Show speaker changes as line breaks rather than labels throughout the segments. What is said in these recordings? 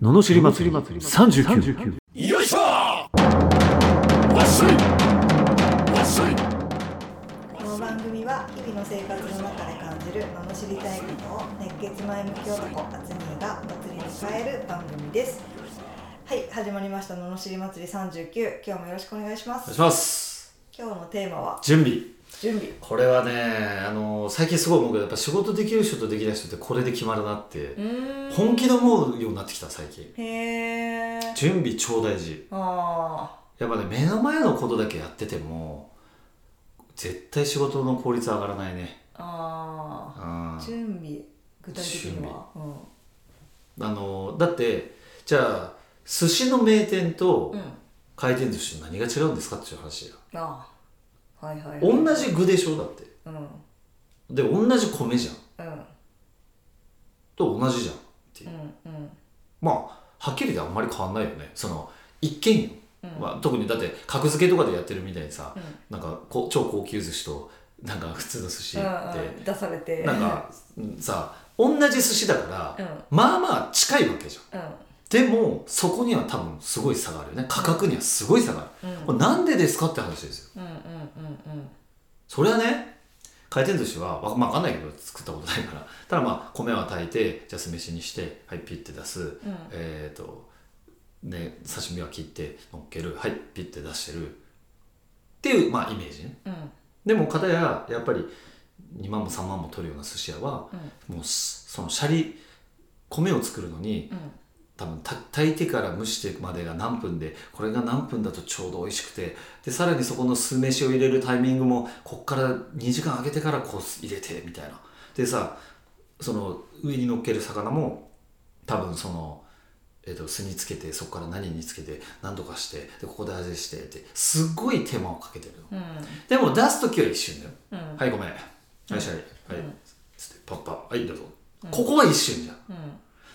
ののしり祭り39
よいしょわっしょいわっしょい
この番組は日々の生活の中で感じる罵りたいことを熱血前向き男アツニーが祭りに変える番組ですはい始まりました罵り祭り39今日もよろしくお願いしま
お願い
す
します
今日のテーマは
準備
準備
これはねあの最近すごい思うけどやっぱ仕事できる人とできない人ってこれで決まるなって
う
本気で思うようになってきた最近
んへー
準備超大事
あ
やっぱね目の前のことだけやってても絶対仕事の効率上がらないね
ーあ
あ
ー準備具体的にはう
あのだってじゃあ寿司の名店と
ん、うん、
回転寿司の何が違うんですかっていう話や
あーはいはい
同じ具でしょだって
うんうん
で同じ米じゃん
うん
と同じじゃんっていう
うん
まあはっきり言ってあんまり変わんないよねその一見よ、
うん
まあ、特にだって格付けとかでやってるみたいにさ、
うん
なんかこう超高級寿司となんか普通の寿司って、
うんうん出されて
なんかさ同じ寿司だから、
うん
まあまあ近いわけじゃん
う
でもそこには多分すごい差があるよね価格にはすごい差がある、
うん
これなんでですかって話ですよ
んうんうんうん
それはね回転寿司はわ、まあ、わかんないけど作ったことないからただまあ米は炊いてじゃあ酢飯にしてはいピッて出す、
うん
えっ、とね刺身は切って乗っけるはいピッて出してるっていうまあイメージね
うん
でも片ややっぱり2万も3万も取るような寿司屋は、もうすそのシャリ米を作るのに
うん
多分た炊いてから蒸してまでが何分でこれが何分だとちょうど美味しくてでさらにそこの酢飯を入れるタイミングもこっから2時間揚げてからこう入れてみたいなでさその上に乗っける魚も多分その、えっと酢につけてそこから何につけて何とかしてでここで味してってすっごい手間をかけてるの
うん
でも出す時は一瞬だよ
うん
はいごめんはいシャリは
う
い
ん
つってパッパはいどうぞここは一瞬じゃん
うん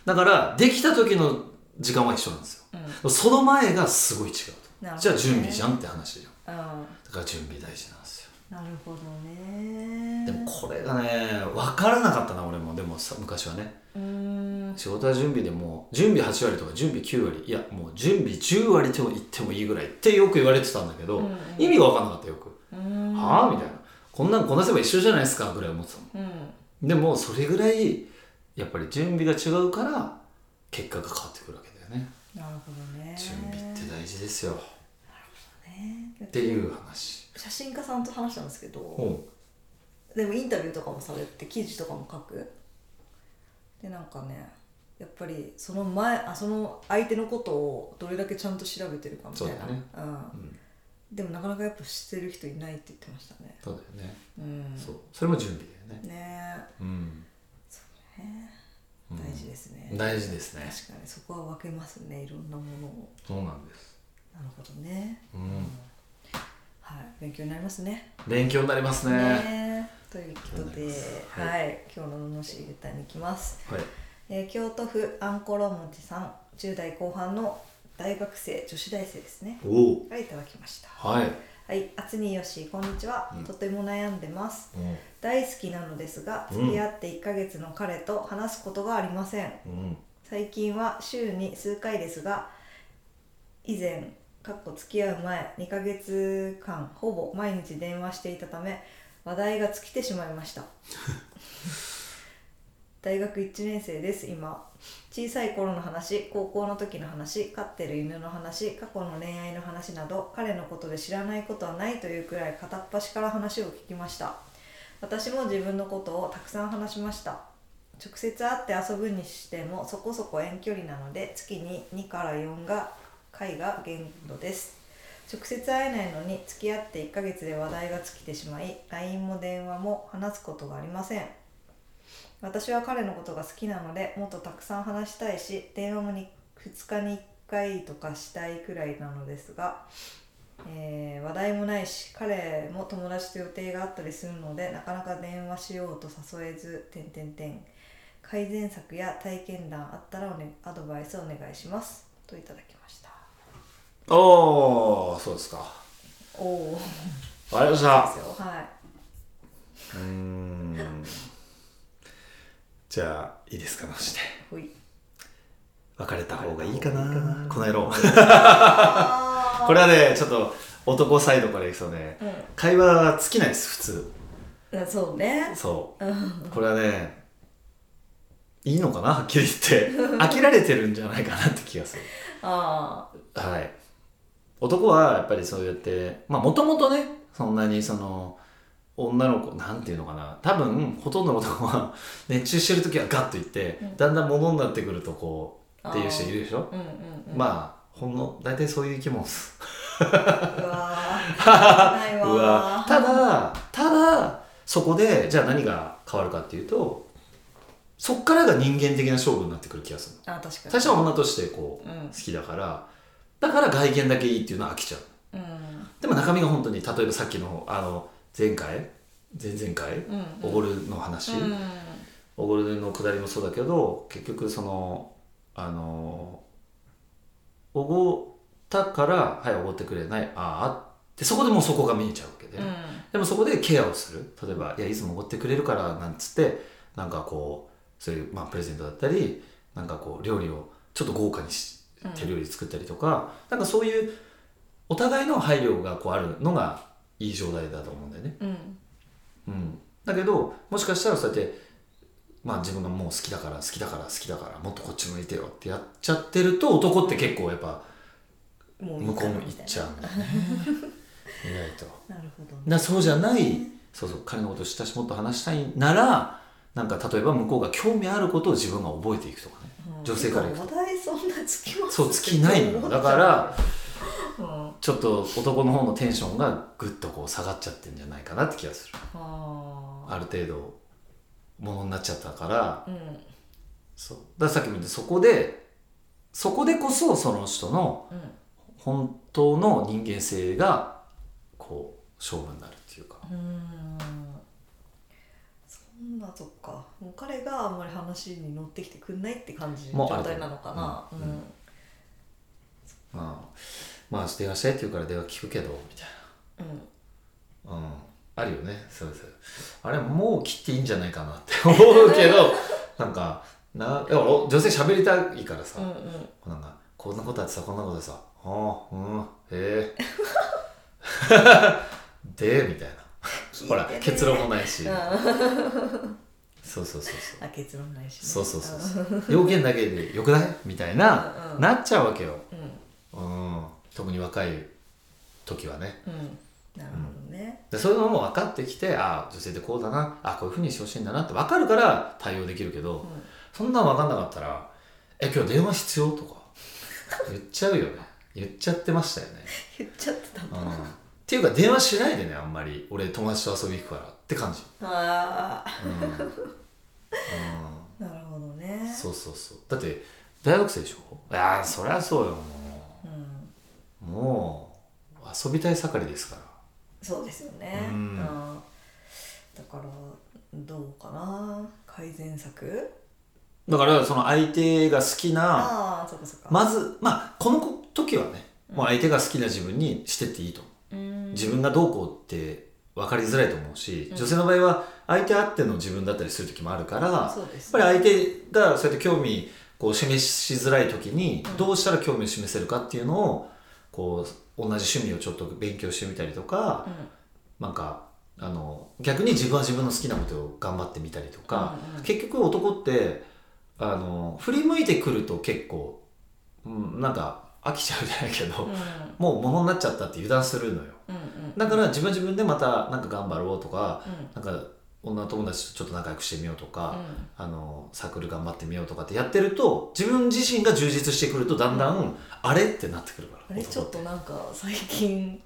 だからできた時の時間は一緒なんですよ
うん
その前がすごい違う
なる
と
ほどね
じゃあ準備じゃんって話じゃん
あ
だから準備大事なんですよ
あなるほどね
でもこれがね分からなかったな俺もでもさ昔はね
うーん
仕事は準備でもう準備8割とか準備9割いやもう準備10割とも言ってもいいぐらいってよく言われてたんだけど、
うんうん
意味が分かんなかったよく、
うーん
はあみたいなこんなんこなせば一緒じゃないですかぐらい思ってたもん
うん
でもそれぐらいやっぱり準備が違うから結果が変わってくるわけだよね
なるほどね
準備って大事ですよっ
ね
ていう話
写真家さんと話したんですけど
うん
でもインタビューとかもされて記事とかも書くでなんかねやっぱりその前あその相手のことをどれだけちゃんと調べてるかみたいな
そうだね
うんでもなかなかやっぱ知ってる人いないって言ってましたね
そうだよね、
うん
そうそれも準備だよね
ね
う
え
ん
大事ですね、
大事ですね
確かにそこは分けますねいろんなものを
そうなんです
なるほどね
うん
はい勉強になりますね
勉強になりますね
ねえということ
ありがとうござい
で
ます
は
はい
い、今日の罵りレターに行きます、
はい
えー京都府アンコロモチさん10代後半の大学生女子大生ですね
おお
はいいただきました
はい、
はいあつによしこんにちは、
うん
とても悩んでます
うん
大好きなのですが
うん
付き合って1ヶ月の彼と話すことがありません、
うん、
最近は週に数回ですが以前かっこ付き合う前2ヶ月間ほぼ毎日電話していたため話題が尽きてしまいました大学1年生です今小さい頃の話高校の時の話飼ってる犬の話過去の恋愛の話など彼のことで知らないことはないというくらい片っ端から話を聞きました私も自分のことをたくさん話しました直接会って遊ぶにしてもそこそこ遠距離なので月に2から4が回が限度です直接会えないのに付き合って1ヶ月で話題が尽きてしまい LINE も電話も話すことがありません私は彼のことが好きなのでもっとたくさん話したいし電話もに2日に1回とかしたいくらいなのですが、えー話題もないし彼も友達と予定があったりするのでなかなか電話しようと誘えず点点点改善策や体験談あったらお、ね、アドバイスお願いしますといただきました
おおそうですか
おお
あり
で
がとうございます
よはい
たうーんじゃあいいですかマジで
ほい
別れた方がいいかな
別れた方がいいかな
この野郎
あー
これはねちょっと男サイドからいくとね会話は尽きないです普通
うん、そうね
そう
うん
これはねいいのかなはっきり 言って飽きられてるんじゃないかなって気がする
あ
はい男はやっぱりそうやってまあもともとねそんなにその女の子なんていうのかな多分ほとんどの男は熱中してる時はガッといって、
うん
だんだん物になってくるとこう
あ
っていう人いるでしょ
ーうんうん、うん、あ
まあほんの大体そういう生き物です
うわーないうわー
わただただそこでじゃあ何が変わるかっていうとそっからが人間的な勝負になってくる気がする
あ確かに
最初は女としてこ
う
う好
ん
きだからだから外見だけいいっていうのは飽きちゃう
うん
でも中身が本当に例えばさっきのあの前回前々回
うん
おごるの話
うん
おごるのくだりもそうだけど結局そのあのおごったからはいおごってくれないああってそこでもうそこが見えちゃうわけで、
うん
でもそこでケアをする例えば「いやいつもおごってくれるから」なんつってなんかこうそういう、まあ、プレゼントだったりなんかこう料理をちょっと豪華にし
うん
手料理作ったりとか、なんかそういうお互いの配慮がこうあるのがいい状態だと思うんだよね。
うん
うん、だけどもしかしたらそうやって、まあ、自分がもう好きだから好きだから好きだからもっとこっち向いてよってやっちゃってると男って結構やっぱ
も
向こうも
い
行
い
っ
かな
ちゃ うんだよね。意外と。
なるほどね
なそうじゃない、そうそう彼のことを親しもっと話したいならなんか例えば向こうが興味あることを自分が覚えていくとかね
うん
女性から行く
話題そんなつきます
そう尽きないのよだから
うんあ
ちょっと男の方のテンションがぐっとこう下がっちゃってんじゃないかなって気がする
あ
ある程度ものになっちゃったから
うん
そうだからさっきも言ったそこでそこでこそその人の
うん
本当の人間性がこう勝負になるっていうか
うーんそんなとこかもう彼があんまり話に乗ってきてくんないって感じの
もうある
状態なのかな
うんまあまあ電話したいって言うから電話聞くけどみたいな。
うんうん
うん、あるよねそうですあれもう切っていいんじゃないかなって思うけ どなんかなでも女性喋りたいからさ、
うんうん
なんかこんなことあってさこんなことでさ「ああうんへえ」 でみたいなほら
聞いてね
結論もないし、
うん
そうそうそう
あ結論ないしね
そうそうそうそうそう要件だけでよくないみたいな、
うんうん
なっちゃうわけよ、
うんうん
うん、特に若い時はね
うんなるほどね
でそういうのも分かってきてああ女性ってこうだなあこういうふうにしてほしいんだなって分かるから対応できるけど、
うん
そんなん分かんなかったら「え今日電話必要?」とか言っちゃうよね言っちゃってましたよね、
言っちゃってたん
う
だ
ん、っていうか電話しないでねあんまり俺友達と遊び行くからって感じ
あ
うん、
あなるほど
うん、
ね
そうそうそうだって大学生でしょいやーそりゃそうよも
うん
うもう遊びたい盛りですから
そうですよね
う
うんんだからどうかな改善策
だからその相手が好きな
ああそっかそっか
まずまあこの子時はねもう相手が好きな自分にしてっていいと思う、
うん
自分がどうこうって分かりづらいと思うし、
うん
女性の場合は相手あっての自分だったりする時もあるからやっ
そうです
ぱり相手がそうやって興味こう示しづらい時に
うん
どうしたら興味を示せるかっていうのをこう同じ趣味をちょっと勉強してみたりとか、なんかあの逆に自分は自分の好きなことを頑張ってみたりとか、
うんうん
結局男ってあの振り向いてくると結構、うん、なんか飽きちゃうじゃないけど、
うん
もう物になっちゃったって油断するのよ
うんうん
だから自分は自分でまたなんか頑張ろうとか
うん
なんか女友達とちょっと仲良くしてみようと
う
か、
ん
あのサークル頑張ってみようとかってやってると自分自身が充実してくるとだんだん、あれってなってくるから
あれ
男
ちょっとなんか最近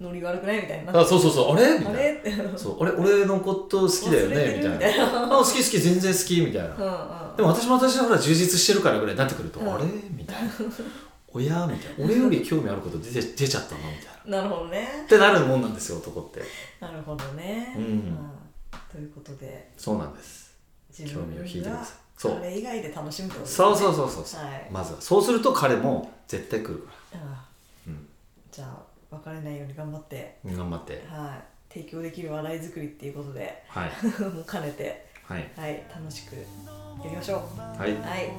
ノリ悪くないみたいにな
あそうそうそうあれみた
あ
いな
れって好
そう俺俺のこと好きだよねみたいな
たいな
あ好き好き全然好きみたいな
うんうん
でも私も私はほら充実してるからぐらいになってくると、
うん
あれみたいな「おや?」みたいな「俺より興味あること出て出ちゃったの?」みたいな。
なるほどね
ってなるもんなんですよ男って
なるほどね
うん
あということで
そうなんです
自
興
分
味を
が
引いてくださいそう
あれ以外で楽しむってことですね
そうそうそうそうそう、
はい
まずはそうすると彼も絶対来るか
あ
ら、うん
じゃあ別れないように頑張って
頑張って
はい提供できる話題作りっていうことで
はい
もう兼ねて
はい
はい楽しくやりましょう
はい
はい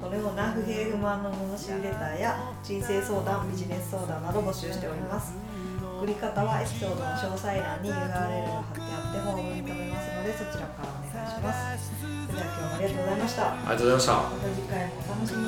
これをな不平不満の罵りレターや人生相談ビジネス相談など募集しております送り方はエピソードの詳細欄に URL が貼ってあってホームに飛べますのでそちらからお願いしますそれでは今日もありがとうございましたま
ありがとうございました
た次回もお楽しみに